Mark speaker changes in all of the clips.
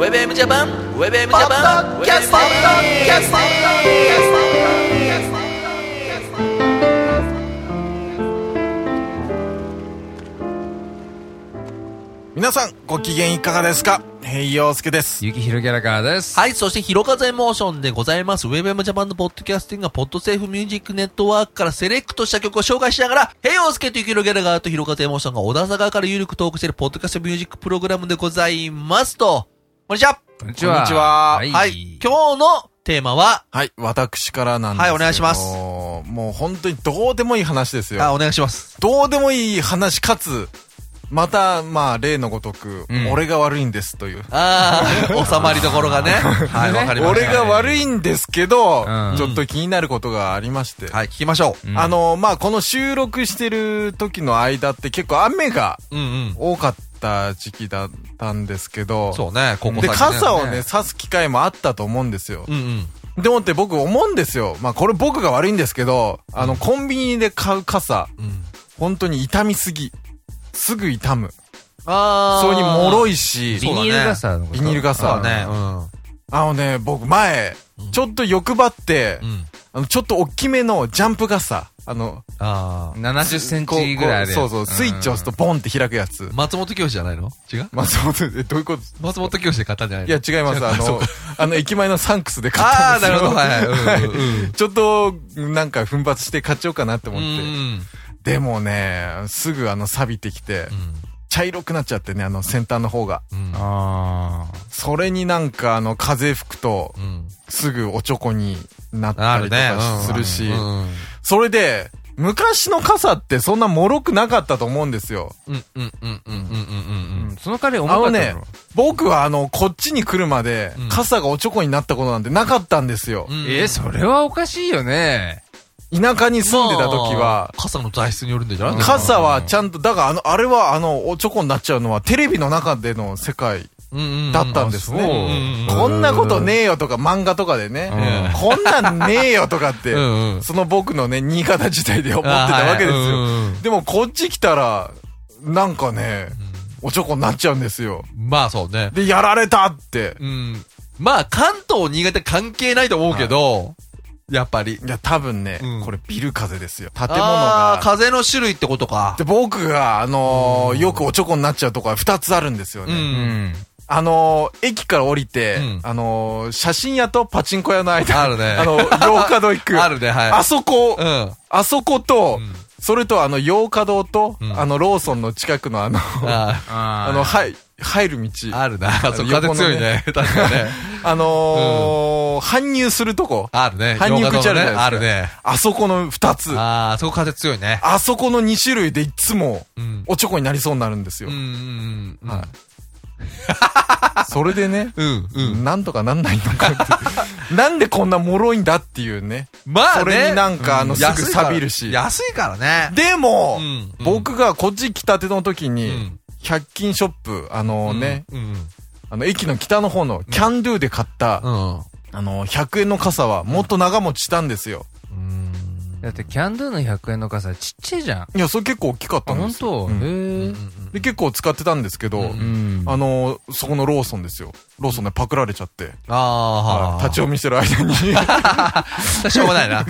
Speaker 1: WebM ジャパン WebM ジャパン
Speaker 2: キャストキャスト
Speaker 3: 皆さん、ご機嫌いかがですか平洋介です。
Speaker 4: ゆきひろギャラガーです。
Speaker 1: はい、そして、ひろかぜモーションでございます。WebM ジャパンのポッドキャスティングが、ポッドセーフミュージックネットワークからセレクトした曲を紹介しながら、ヘイオスケとゆきひろギャラガーとひろかぜモーションが小田坂からゆるくトークしているポッドキャストミュージックプログラムでございますと。こんにちは。
Speaker 4: こんにちは。
Speaker 3: こんにちは
Speaker 4: はい。
Speaker 1: はい、今日のテーマは、
Speaker 3: はい、私からなんですけど
Speaker 1: はいお願いします
Speaker 3: もう本当にどうでもいい話です
Speaker 1: あ、
Speaker 3: よ。
Speaker 1: お願いします。
Speaker 3: どうでもいい話かつ、また、まあ、例のごとく、
Speaker 4: うん
Speaker 3: 俺が悪いんですという。
Speaker 1: ああ、 収まりどころ がね。はい、わかりまし
Speaker 3: 俺が悪いんですけど、
Speaker 4: うん
Speaker 3: ちょっと気になることがありまして。
Speaker 1: た。はい、聞きましょ
Speaker 4: うん
Speaker 3: あの、まあ、この収録してる時の間って結構雨が
Speaker 1: う。うんうん。
Speaker 3: 多かった時期だったんですけど、
Speaker 1: そうね、ここ
Speaker 3: で、傘を
Speaker 1: ね
Speaker 3: ね、差す機会もあったと思うんですよ
Speaker 1: う。んうん。
Speaker 3: でもって僕思うんですよ。まあ、これ僕が悪いんですけど、あの、コンビニで買う傘、
Speaker 1: うん。
Speaker 3: 本当に痛みすぎ。すぐ痛む。
Speaker 1: ああ。
Speaker 3: それに脆
Speaker 1: い。
Speaker 3: いし、
Speaker 4: ビニール傘のこと
Speaker 3: ビニール傘
Speaker 1: そうね、うん。
Speaker 3: あのね、僕前、ちょっと欲張って、
Speaker 1: うん。
Speaker 3: あの、ちょっと大きめのジャンプ傘、あの、
Speaker 1: ああ。
Speaker 4: 70センチぐらいあるやつ。
Speaker 3: そうそう、スイッチ押すとボンって開くやつ。
Speaker 1: 松本教師じゃないの違う
Speaker 3: まあ、そうです。えどういうこと
Speaker 1: 松本教師で買ったんじゃないの
Speaker 3: いや、違います。あの、あの、駅前のサンクスで買った
Speaker 1: あ
Speaker 3: ん
Speaker 1: あ、
Speaker 3: です
Speaker 1: な
Speaker 3: よ。
Speaker 1: るほど。はいはい。うんうん
Speaker 3: ちょっと、なんか奮発して買っちゃおうかなって思
Speaker 1: う
Speaker 3: って。
Speaker 1: ん。
Speaker 3: でもね、すぐあの、錆びてきて、茶色くなっちゃってね、あの、先端の方が。
Speaker 1: うん。うん。
Speaker 4: あ
Speaker 3: それになんかあの、風吹くと
Speaker 1: う、ん。
Speaker 3: すぐおちょこになったりと
Speaker 1: なるねう
Speaker 3: か
Speaker 1: ん
Speaker 3: するし
Speaker 1: う、ん。
Speaker 3: それで、昔の傘ってそんな脆くなかったと思うんですよ。
Speaker 1: うん。うん。うん。うん。うん。うん。
Speaker 4: ー。その彼
Speaker 3: あ
Speaker 4: 重か
Speaker 3: の
Speaker 4: ったの
Speaker 3: ね、僕はあの、こっちに来るまで
Speaker 1: うん、
Speaker 3: 傘がおちょこになったことなんてなかったんですよ
Speaker 1: う。ん。
Speaker 4: えー、それはおかしいよね。
Speaker 3: 田舎に住んでた時は
Speaker 1: まあ、傘の材質によるんじゃない
Speaker 3: 傘はちゃんと、だからあの、あれはあの、おちょこになっちゃうのはテレビの中での世界
Speaker 1: うん。
Speaker 3: だったんです
Speaker 4: うん
Speaker 3: ね。
Speaker 1: うん
Speaker 3: こんなことねえよとか漫画とかでね、こんなんねえよとかって、
Speaker 1: うんうん
Speaker 3: その僕のね、新潟時代で思ってたわけですよ。
Speaker 1: あはいうんうん
Speaker 3: でもこっち来たら、なんかね、おちょこになっちゃうんですよ。
Speaker 1: まあそうね。
Speaker 3: で、やられたって。
Speaker 1: うん。まあ関東、新潟関係ないと思うけど、やっぱり。
Speaker 3: いや、多分ね、
Speaker 1: うん
Speaker 3: これビル風ですよ。建物
Speaker 1: ああー、
Speaker 3: が。
Speaker 1: 風の種類ってことか
Speaker 3: で、。僕が、あのーよくおちょこになっちゃうとこは二つあるんですよね。
Speaker 1: う
Speaker 4: うんん。
Speaker 3: あのー駅から降りて、
Speaker 1: うん
Speaker 3: あのー写真屋とパチンコ屋の間。
Speaker 1: あるね
Speaker 3: あの、洋華堂行 く。
Speaker 1: あるね、はい。
Speaker 3: あそこ、
Speaker 1: うん。
Speaker 3: あそこと、
Speaker 1: うん
Speaker 3: それとあの、洋華堂と、
Speaker 1: うん
Speaker 3: あの、ローソンの近くのあの、あ
Speaker 1: あ
Speaker 4: あ
Speaker 3: の、
Speaker 4: い。
Speaker 3: はい、入る道。
Speaker 1: ー
Speaker 3: あ
Speaker 1: あるな。そう、風
Speaker 3: 横のね
Speaker 1: 強いね。 確かに ね。
Speaker 3: のー搬入するとこ。
Speaker 1: あるね。
Speaker 3: 搬入口あるじゃないですか
Speaker 1: あるね。
Speaker 3: あそこの二つ。あ
Speaker 1: ああ、そこ風強いね。
Speaker 3: そこの二種類でいつも、
Speaker 1: うん。
Speaker 3: おちょこになりそうになるんです
Speaker 1: う
Speaker 3: よ
Speaker 1: ん。うんうん。
Speaker 3: はいそれでね、
Speaker 1: うんうん。
Speaker 3: なんとかなんないの かって。なんでこんな脆いんだっていうね。
Speaker 1: まあね。
Speaker 3: それになんかあの
Speaker 1: う
Speaker 3: すぐ錆びるし
Speaker 1: 安いから安いからね。
Speaker 3: でも、
Speaker 1: うん
Speaker 3: 僕がこっち来たての時
Speaker 1: う
Speaker 3: に、
Speaker 1: ん
Speaker 3: 100均ショップ、あのね、。
Speaker 1: うんうん。
Speaker 3: あの、駅の北の方のキャンドゥで買った、
Speaker 1: うん。
Speaker 3: あの、100円の傘はもっと長持ちしたんですよ。
Speaker 1: うん
Speaker 4: だってキャンドゥの100円の傘ちっちゃいじゃん。あ、
Speaker 3: いや、それ結構大きかったんで
Speaker 4: ほん
Speaker 3: すよ。
Speaker 4: と
Speaker 3: うん
Speaker 4: へえ。
Speaker 3: で、結構使ってたんですけど、
Speaker 1: うん
Speaker 4: うん。
Speaker 3: あの、そこのローソンですよ。ローソンでパクられちゃって、
Speaker 1: ああ。
Speaker 3: はい立ち読みしてる間に。
Speaker 1: ち しょうがないな。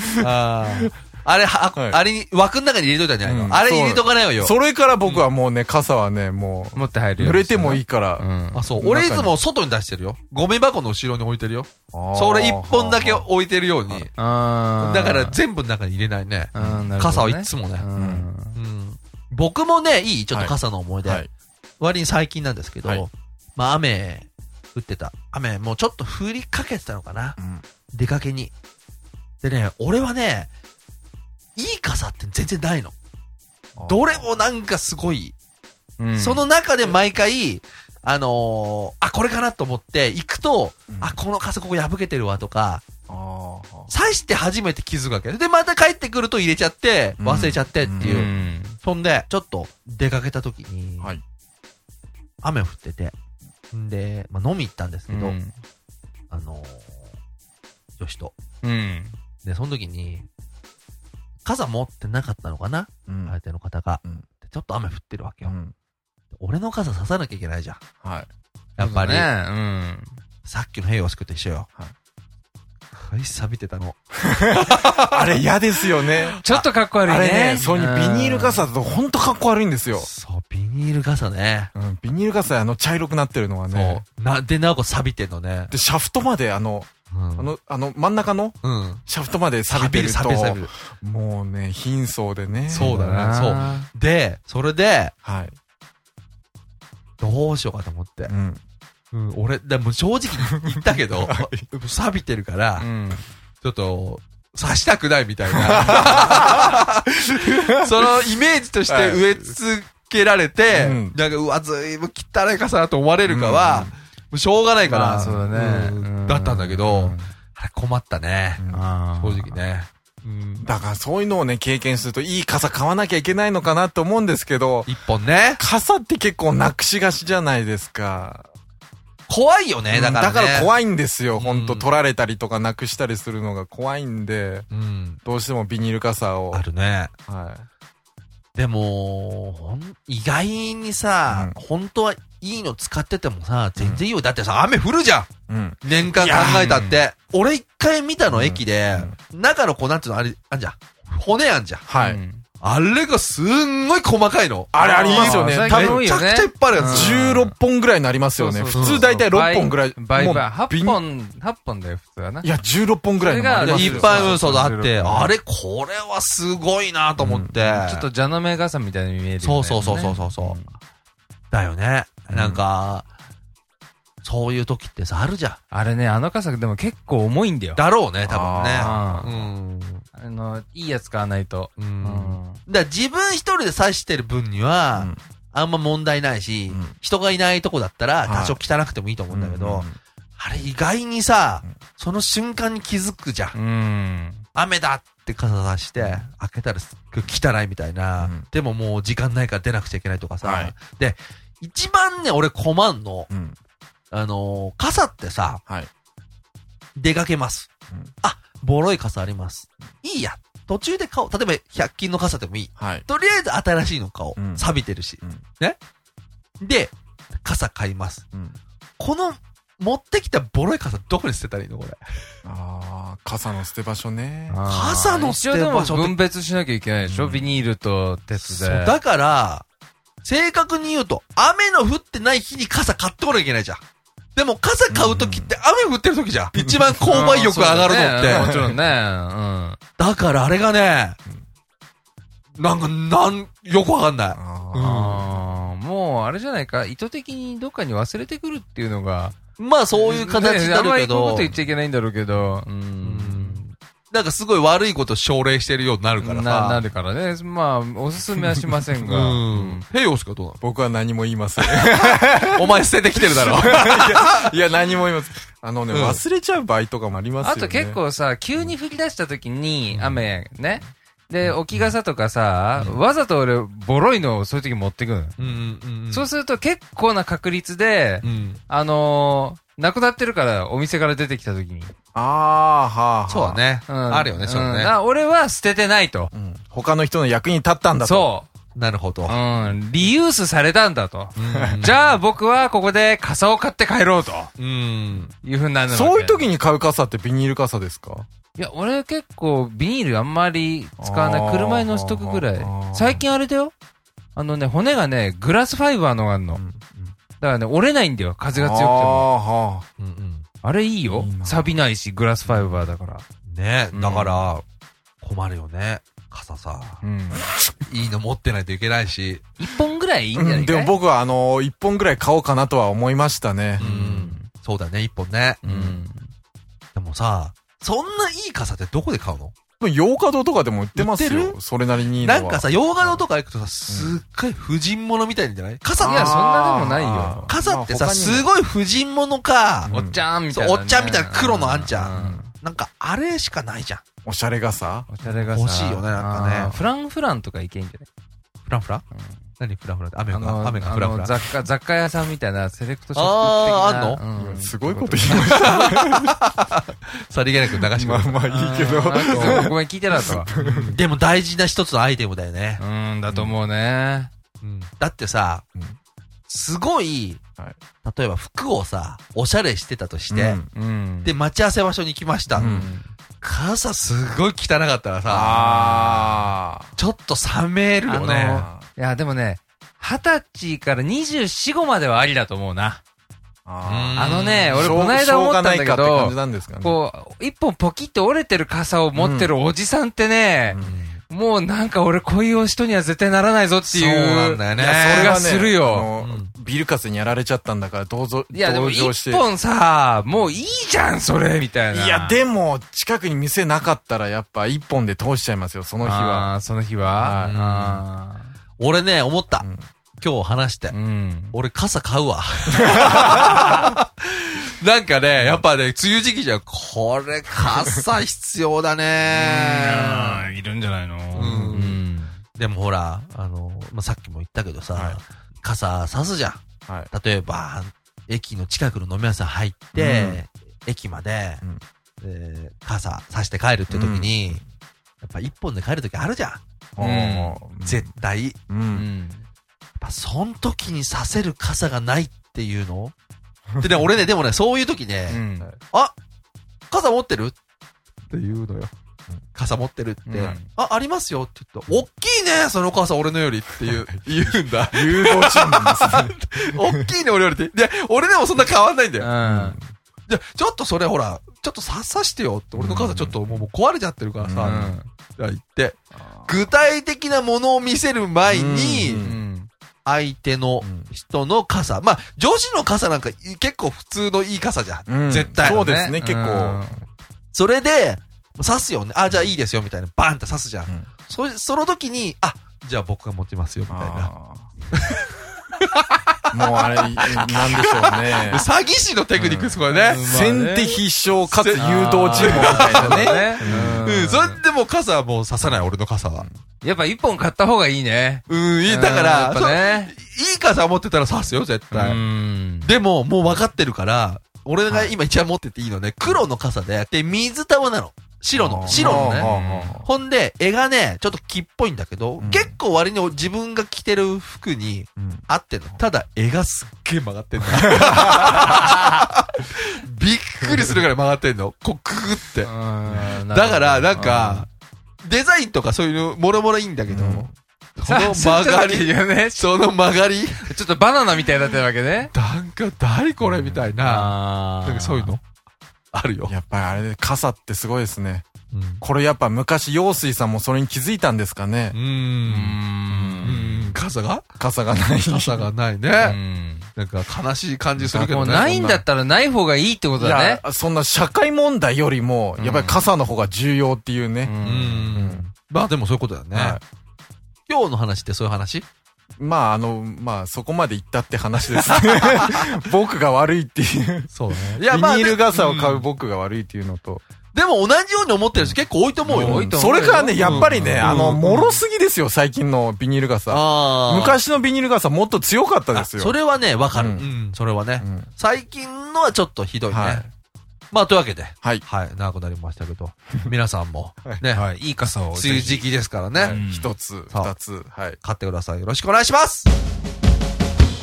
Speaker 1: あ ーあれ、は
Speaker 3: はい
Speaker 1: あれに、枠の中に入れといたんじゃないうの
Speaker 3: ん
Speaker 1: あれ入れとかないわよ。
Speaker 3: それから僕はもうね、傘はね、もう、
Speaker 4: 持って入るよ
Speaker 3: 濡
Speaker 4: うに
Speaker 3: れ
Speaker 4: して
Speaker 3: て
Speaker 4: ね
Speaker 3: もいいか
Speaker 4: う
Speaker 3: ら。
Speaker 4: ん。
Speaker 1: あ、そう。俺い
Speaker 3: 中に
Speaker 1: つも外に出してるよ。ゴミ箱の後ろに置いてるよ。それ一本だけ
Speaker 3: あー
Speaker 1: 置いてるように。
Speaker 4: あー
Speaker 1: だから全部の中に入れないね。
Speaker 4: あーなるほどね
Speaker 1: 傘はいつもね
Speaker 4: う。ん
Speaker 1: うん僕もね、いいちょっと傘の思い出。
Speaker 3: はい。
Speaker 1: 割に最近なんですけど、
Speaker 3: はい
Speaker 1: まあ雨、降ってた。雨、もうちょっと降りかけてたのかな。
Speaker 3: うん
Speaker 1: 出かけに。でね、俺はね、いい傘って全然ないの。どれもなんかすごい、
Speaker 4: うん
Speaker 1: その中で毎回、あのーあ、これかなと思って行くと、
Speaker 3: うん
Speaker 1: あ、この傘ここ破けてるわとか、
Speaker 3: あー
Speaker 1: 刺して初めて気づくわけ。で、また帰ってくると入れちゃって、忘れちゃってっていう。
Speaker 4: ん
Speaker 1: そんで、ちょっと出かけた時に、
Speaker 3: はい
Speaker 1: 雨降ってて、んで、まあ、飲み行ったんですけど、
Speaker 4: うん
Speaker 1: あのー女子と。
Speaker 4: うん
Speaker 1: で、その時に、傘持ってなかったのかな、
Speaker 3: うん
Speaker 1: 相手の方が、
Speaker 3: うん
Speaker 1: でちょっと雨降ってるわけ
Speaker 3: う
Speaker 1: よ。
Speaker 3: ん
Speaker 1: 俺の傘ささなきゃいけないじゃん。
Speaker 3: はい。
Speaker 1: やっぱり、
Speaker 4: そうだね。
Speaker 1: さっきのヘイオスクと一緒よ。
Speaker 3: はい
Speaker 1: はい。錆びてたの。
Speaker 3: あれ嫌ですよね。
Speaker 4: うん。ちょっとかっこ悪い
Speaker 3: あ
Speaker 4: ね。
Speaker 3: れね、そうにビニール
Speaker 4: ス
Speaker 3: 傘だとほんとかっこ悪いんですよ。
Speaker 1: そう、ビニール傘ね。
Speaker 3: うん、ビニール傘あの茶色くなってるのはね。
Speaker 1: そう。な、で、なおかつ錆びてんのね。
Speaker 3: で、シャフトまであの、
Speaker 1: うん
Speaker 3: あの、あの真ん中の
Speaker 1: うん。
Speaker 3: シャフトまで錆びてると。
Speaker 1: 錆びる、錆びる、錆びる。
Speaker 3: もうね、貧相でね。
Speaker 1: そうだねそう
Speaker 4: う。
Speaker 1: で、それで、
Speaker 3: はい。
Speaker 1: どうしようかと思って
Speaker 3: う。ん。
Speaker 1: うん、俺、でも正直言ったけど、錆びてるから
Speaker 4: う、ん。
Speaker 1: ちょっと、刺したくないみたいな。そのイメージとして植え付けられて、
Speaker 3: うん
Speaker 1: なんか、うわ、ずいぶん汚い傘だと思われるかは、
Speaker 3: うん
Speaker 1: もうしょうがないか
Speaker 4: ま
Speaker 1: ら、
Speaker 4: あそうだね
Speaker 1: うん
Speaker 4: うん
Speaker 1: だったんだけど、
Speaker 3: うん
Speaker 1: あれ困ったね、
Speaker 4: あ
Speaker 1: 正直ね。うん
Speaker 3: だからそういうのをね、経験するといい傘買わなきゃいけないのかなと思うんですけど、
Speaker 1: 一本ね。
Speaker 3: 傘って結構なくしがちじゃないですか。
Speaker 1: 怖いよね、だから、ね。い。
Speaker 3: 怖いんですよ。ほん
Speaker 1: う
Speaker 3: と
Speaker 1: ん
Speaker 3: 取られたりとかなくしたりするのが怖いんで、
Speaker 1: うん。
Speaker 3: どうしてもビニール傘を。
Speaker 1: あるね。
Speaker 3: は
Speaker 1: でも、ほん意外にさ、本当はいいの使っててもさ、全然いいよ。だってさ、雨降るじゃん
Speaker 3: い。うん。
Speaker 1: 年間考えたって。俺一回見たの
Speaker 3: うん
Speaker 1: 駅で、中のこうなんていうのあれ、あんじゃん。骨あんじゃん。
Speaker 3: はい。
Speaker 1: あれがすんごい細かいの。
Speaker 3: あれありますよね。
Speaker 4: あ
Speaker 3: 多
Speaker 4: ー最近多
Speaker 3: 分
Speaker 4: い
Speaker 1: め
Speaker 4: よ
Speaker 1: ちゃくちゃいっぱいあるや
Speaker 4: うん
Speaker 1: つ。
Speaker 3: 16本ぐらいになりますよね。
Speaker 4: そう
Speaker 3: 普
Speaker 4: そうそう
Speaker 3: 通大体6本ぐらい。
Speaker 4: 倍倍。
Speaker 3: もうビ
Speaker 4: 8
Speaker 3: ニ
Speaker 4: 本、8本だよ、普通はな。
Speaker 3: いや、16本ぐらいのもあり
Speaker 4: そ
Speaker 3: ま
Speaker 4: う
Speaker 3: す
Speaker 1: い
Speaker 3: よ
Speaker 1: っぱい、うん、
Speaker 4: そ
Speaker 1: そうう
Speaker 4: そう
Speaker 1: だあって、
Speaker 4: 16
Speaker 1: あれ、これはすごいなと思って。
Speaker 4: ちょっと、蛇の目傘みたいに見えるよね。
Speaker 1: そうそうそうそうそうそうだよね。なんか、そういう時ってさ、あるじゃん。
Speaker 4: あれね、あの傘でも結構重いんだよ。
Speaker 1: だろうね、多分ね。
Speaker 4: あ
Speaker 1: うん。
Speaker 4: ーあの、いいやつ買わないと。
Speaker 1: う。
Speaker 4: うんん。
Speaker 1: だから自分一人で刺してる分には、
Speaker 3: うん
Speaker 1: あんま問題ないし、
Speaker 3: うん
Speaker 1: 人がいないとこだったら
Speaker 3: い
Speaker 1: 多少汚くてもいいと思うんだけど、あれ意外にさ、その瞬間に気づくじゃん。
Speaker 4: うん。
Speaker 1: 雨だって傘さして、開けたらすっごい汚いみたいな、
Speaker 3: うん
Speaker 1: でももう時間ないから出なくちゃいけないとかさ、
Speaker 3: はい
Speaker 1: で、一番ね、俺困んの、
Speaker 3: うん。うん
Speaker 1: あのー傘ってさ、
Speaker 3: はい。
Speaker 1: 出かけます。
Speaker 3: うん
Speaker 1: あ、ボロい傘あります。いいや。途中で買おう。例えば、100均の傘でもいい。
Speaker 3: はい。
Speaker 1: とりあえず新しいの買おう。
Speaker 3: うん
Speaker 1: 錆びてるし。
Speaker 3: うん
Speaker 1: ねで、傘買います。
Speaker 3: うん。
Speaker 1: この、持ってきたボロい傘どこに捨てたらいいのこれ。
Speaker 3: ああ、傘の捨て場所ね。
Speaker 1: 傘の捨て場所って
Speaker 4: 一応でも分別しなきゃいけないでしょ、
Speaker 3: うん
Speaker 4: ビニールと鉄で。
Speaker 1: そうだから、正確に言うと、雨の降ってない日に傘買ってこなきゃいけないじゃん。でも傘買う時って雨降ってる時じゃん。一番購買力上がるのって。
Speaker 4: うんもちろんね。
Speaker 1: だからあれがね、なんか、なん、よくわかんない。
Speaker 4: うん。
Speaker 3: あ
Speaker 4: あーもう、あれじゃないか、意図的にどっかに忘れてくるっていうのが。
Speaker 1: まあそういう形に
Speaker 4: ね
Speaker 1: な
Speaker 4: あん
Speaker 1: る
Speaker 4: ま
Speaker 1: け
Speaker 4: りこういうこ
Speaker 1: ど
Speaker 4: と、言っちゃいけないんだろうけど。う。
Speaker 1: うんんなんかすごい悪いことを奨励してるようになるから
Speaker 4: な、な
Speaker 1: さ。
Speaker 4: るからね。まあ、おすすめはしませ ん
Speaker 1: う
Speaker 4: が。
Speaker 1: ん。ヘイオスかどう
Speaker 3: 僕は何も言いませ ん。
Speaker 1: なのお前捨ててきてる だろ。
Speaker 3: いや、何も言います。あのね、
Speaker 1: うん
Speaker 3: 忘れちゃう場合とかもありますよ
Speaker 4: あ
Speaker 3: ね。
Speaker 4: と結構さ、急に降り出した時に、雨、ね。で、置き傘とかさ、わざと俺、ボロいのをそういう時持ってくの。
Speaker 1: うんうん
Speaker 4: そうすると結構な確率で、
Speaker 1: うん。
Speaker 4: あのー、なくなってるから、お店から出てきた時に。
Speaker 3: ああ、はあはあ。
Speaker 1: そうだ。ね。
Speaker 4: うん
Speaker 1: あるよね、それ
Speaker 4: うん
Speaker 1: ね。
Speaker 4: あ俺は捨ててないと。
Speaker 3: うん。他の人の役に立ったんだと。
Speaker 4: そ
Speaker 1: なるほど
Speaker 4: う。う。ん。リユースされたんだと。
Speaker 1: うん
Speaker 4: じゃあ僕はここで傘を買って帰ろうと。
Speaker 1: うん。
Speaker 4: いうふうになるわけ
Speaker 3: そういう時に買う傘ってビニール傘ですか
Speaker 4: いや、俺結構ビニールあんまり使わ
Speaker 3: あ
Speaker 4: ない。
Speaker 3: ー
Speaker 4: 車に乗しとくぐらい
Speaker 3: あ。ー
Speaker 4: 最近あれだよ。あのね、骨がね、グラスファイバーのがあんの。だからね、折れないんだよ。風が強くて
Speaker 3: あ
Speaker 4: も。
Speaker 3: あ、はあ。
Speaker 1: うんうん。
Speaker 4: あれいいよ
Speaker 3: いい。な
Speaker 4: 錆びないし、グラスファイバーだから。
Speaker 1: ね
Speaker 4: うん
Speaker 1: だから、困るよね。傘さ、
Speaker 4: うん。
Speaker 1: いいの持ってないといけないし。
Speaker 4: 一本ぐらいいいんじゃ
Speaker 3: う
Speaker 4: なんい
Speaker 3: で
Speaker 4: か
Speaker 3: も
Speaker 4: い
Speaker 3: 僕はあの、一本ぐらい買おうかなとは思いましたね
Speaker 1: う。ん。そうだね、一本ね。
Speaker 4: うん。
Speaker 1: でもさ、そんないい傘ってどこで買うの
Speaker 3: でも洋華堂とかでも売ってます
Speaker 1: 売って
Speaker 3: よ。それなりにいいの
Speaker 1: なん
Speaker 3: は。
Speaker 1: かさ、洋画のとか行くとさ、すっごい婦人物みたいなんじゃない傘
Speaker 4: いやそんなでもないよ
Speaker 3: あー
Speaker 1: 傘ってさ、
Speaker 3: まあ他にも
Speaker 1: すごい婦人物か
Speaker 3: うん、
Speaker 4: おっちゃんみたいなね。
Speaker 1: そうおっちゃんみたいな黒のあんちゃん
Speaker 4: う
Speaker 1: なんかあれしかないじゃん。
Speaker 3: おしゃれ傘
Speaker 4: おしゃれがさ
Speaker 1: 欲しいよねなんかね
Speaker 4: あーフランフランとかいけんじゃない
Speaker 1: フランフラ何フランフラって雨
Speaker 4: あの
Speaker 1: が、雨がフランフ
Speaker 4: あの
Speaker 1: ラ。
Speaker 4: 雑貨、雑貨屋さんみたいなセレクトショップ
Speaker 1: あー
Speaker 4: 的な。うん
Speaker 3: すごいこと言いまし
Speaker 1: さりげなく流して
Speaker 3: た。
Speaker 1: くれ
Speaker 3: まあ
Speaker 1: る
Speaker 3: まあいいけど。
Speaker 4: あーごめん、聞いてなかったわ。
Speaker 1: でも大事な一つのアイテムだよね。
Speaker 4: うん、だと思うね。
Speaker 1: だってさ
Speaker 3: うん、
Speaker 1: すごい、
Speaker 3: はい
Speaker 1: 例えば服をさ、おしゃれしてたとして、
Speaker 3: うん
Speaker 4: うん。
Speaker 1: で、待ち合わせ場所に来ました。
Speaker 3: うん
Speaker 1: 傘すごい汚かったらさ、
Speaker 3: ああ。
Speaker 1: ちょっと冷めるよね。
Speaker 4: あいや、でもね、二十歳から24、5まではありだと思うな。
Speaker 1: うん
Speaker 4: あのね、俺
Speaker 3: しょう
Speaker 4: この間思ったんだけ
Speaker 3: しょうがないかって感じ
Speaker 4: ど、
Speaker 3: なんですかね。
Speaker 4: こう、一本ポキって折れてる傘を持ってるおじさんってね、もうなんか俺こういう人には絶対ならないぞっていう。
Speaker 1: そうなんだよね
Speaker 4: いやそれがする
Speaker 3: あ
Speaker 4: よ。
Speaker 3: の
Speaker 1: うん
Speaker 3: ビルカスにやられちゃったんだから、同情、
Speaker 4: いやでも
Speaker 3: 同情して。
Speaker 4: 一本さ、もういいじゃん、それみたいな。
Speaker 3: いや、でも、近くに店なかったら、やっぱ一本で通しちゃいますよ、その日は。
Speaker 4: あー。その日
Speaker 3: は
Speaker 4: は。
Speaker 3: い
Speaker 4: あ
Speaker 1: 俺ね、思った。
Speaker 3: うん
Speaker 1: 今日話して。
Speaker 4: ーうん。
Speaker 1: 俺傘買 うわ。なんかね、やっぱね、梅雨時期じゃ、これ傘必要だね。
Speaker 4: いるんじゃないの
Speaker 1: んでもほら、あの、まあ、さっきも言ったけどさ、
Speaker 3: はい
Speaker 1: 傘差すじゃん。
Speaker 3: はい。
Speaker 1: 例えば、駅の近くの飲み屋さん入って、駅まで、
Speaker 3: うん
Speaker 1: えー傘差して帰るって時に、やっぱ一本で帰る時あるじゃん。
Speaker 4: ん
Speaker 3: おー
Speaker 1: 絶対。やっ
Speaker 3: う。
Speaker 4: うんん。
Speaker 1: ぱその時に差せる傘がないっていうの でね、俺ね、でもね、そういう時ね、
Speaker 4: うん
Speaker 1: あ傘持ってるって言うのよ。傘持ってるって、
Speaker 4: うん
Speaker 1: あ、ありますよって言った。おっきいねその傘俺のよりっていう、言うんだ。
Speaker 3: 誘導注文ですね。
Speaker 1: おっきいね俺よりって。で、俺でもそんな変わんないんだ
Speaker 4: う
Speaker 1: よ。
Speaker 4: ん。
Speaker 1: じゃ、ちょっとそれほら、ちょっとさ、さしてよって、俺の傘ちょっともうもう壊れちゃってるから
Speaker 4: う
Speaker 1: さ、
Speaker 4: ん
Speaker 1: じゃあ言って、具体的なものを見せる前
Speaker 3: う
Speaker 1: に、
Speaker 3: ん
Speaker 4: うん。
Speaker 1: 相手の人の傘、まあ、女子の傘なんかい結構普通のいい傘じゃ
Speaker 3: うん
Speaker 1: ん。絶対。
Speaker 3: そうですね、
Speaker 4: うん
Speaker 3: 結構。
Speaker 1: それで、刺すよね。あ、じゃあいいですよ、みたいな。バンって刺すじゃん。
Speaker 3: うん
Speaker 1: そ、その時に、あ、じゃあ僕が持ちますよ、みたいな。
Speaker 3: あー もうあれ、なんでしょうね。
Speaker 1: 詐欺師のテクニックです、これね。
Speaker 3: 先手必勝かつ誘導注文みたいなね。
Speaker 4: ね。
Speaker 1: うん、それでもう傘はもう刺さない、俺の傘は。
Speaker 4: やっぱ一本買った方がいいね。
Speaker 1: うん、いい、だから、
Speaker 4: うんやっぱね。
Speaker 1: そういい傘持ってたら刺すよ、絶対。
Speaker 4: うん
Speaker 1: でも、もう分かってるから、俺が今一番持ってていいのね、黒の傘で、で、水玉なの。白の、白の
Speaker 3: あー
Speaker 1: ね。ほんで、絵がね、ちょっと木っぽいんだけど、
Speaker 3: うん
Speaker 1: 結構割に自分が着てる服に
Speaker 3: うん
Speaker 1: 合ってんの。ただ、絵がすっげえ曲がってんの。 びっくりするぐらい曲がってんの。こう、くぐって。だ
Speaker 4: だ
Speaker 1: から、なん、か、デザインとかそういうの、もろもろいいんだけど、
Speaker 3: うん
Speaker 1: その曲がり、
Speaker 4: ね。 ち
Speaker 1: その曲がり、
Speaker 4: ょっとバナナみたいになってるわけね。
Speaker 1: なんか、誰これみたいな。
Speaker 4: あ
Speaker 1: なんかそういう。のあるよ。
Speaker 3: やっぱりあれ、傘ってすごいですね。
Speaker 1: うん。
Speaker 3: これやっぱ昔、陽水さんもそれに気づいたんですかね。
Speaker 4: う。
Speaker 1: うんん。傘が
Speaker 3: 傘がない。
Speaker 1: 傘がないね。なんか悲しい感じするけ
Speaker 4: も
Speaker 1: ど
Speaker 4: う
Speaker 1: ね。
Speaker 4: ないんだったらない方がいいってこと
Speaker 3: い
Speaker 4: だね
Speaker 3: や。、そんな社会問題よりも、やっぱり傘の方が重要っていう
Speaker 4: う
Speaker 3: ね。
Speaker 1: うんん。まあでもそういうことだよ
Speaker 3: は
Speaker 1: ね。今日の話ってそういう話
Speaker 3: まあ、あの、まあ、そこまで行ったって話です ね。僕が悪いっていう。
Speaker 1: そうね。い
Speaker 3: ビニ
Speaker 1: や、まあ。
Speaker 3: ール傘を買
Speaker 1: う。
Speaker 3: うん僕が悪いっていうのと。
Speaker 1: でも同じように思ってる人結構多いと思う
Speaker 4: 多
Speaker 1: よ
Speaker 4: い。と思
Speaker 3: そう
Speaker 4: よ
Speaker 3: れからね、やっぱりね、
Speaker 1: うん
Speaker 3: あの、
Speaker 1: うん
Speaker 3: 脆すぎですよ、最近のビニール傘。
Speaker 1: あー
Speaker 3: 昔のビニール傘もっと強かったですよ。
Speaker 1: それはね、わかる。う
Speaker 3: うん
Speaker 1: ん、それはね
Speaker 3: う。ん
Speaker 1: 最近のはちょっとひどいね
Speaker 3: はい。
Speaker 1: まあというわけで。
Speaker 3: はい。
Speaker 1: はい、長くなりましたけど。皆さんも。ね。
Speaker 4: はい。いい傘を。
Speaker 1: 梅雨時期ですから
Speaker 3: は
Speaker 1: ね。
Speaker 3: い一つ、
Speaker 1: さあ
Speaker 3: 二つ、はい。
Speaker 1: 買ってください。よろしくお願いします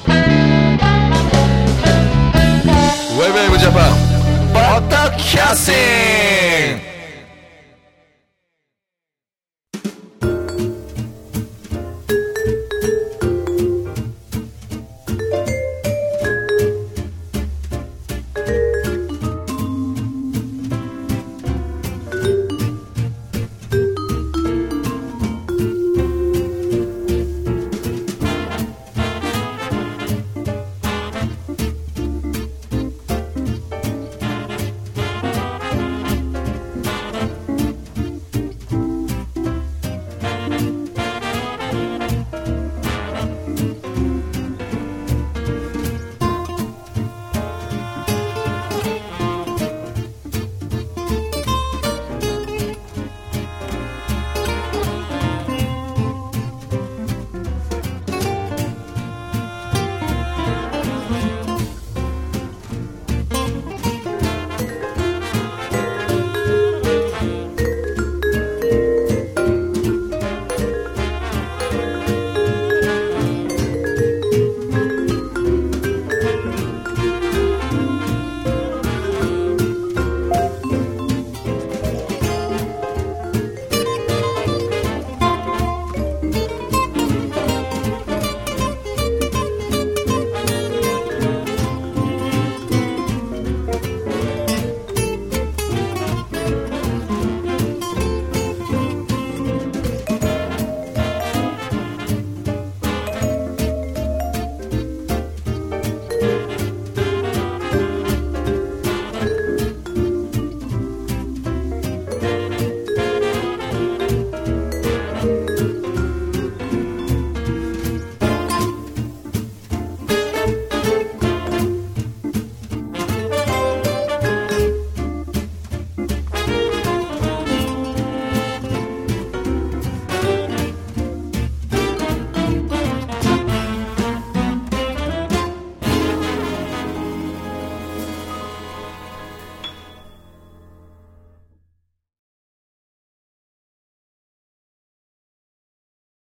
Speaker 1: ウェブウェブジャパン、バタキャッシン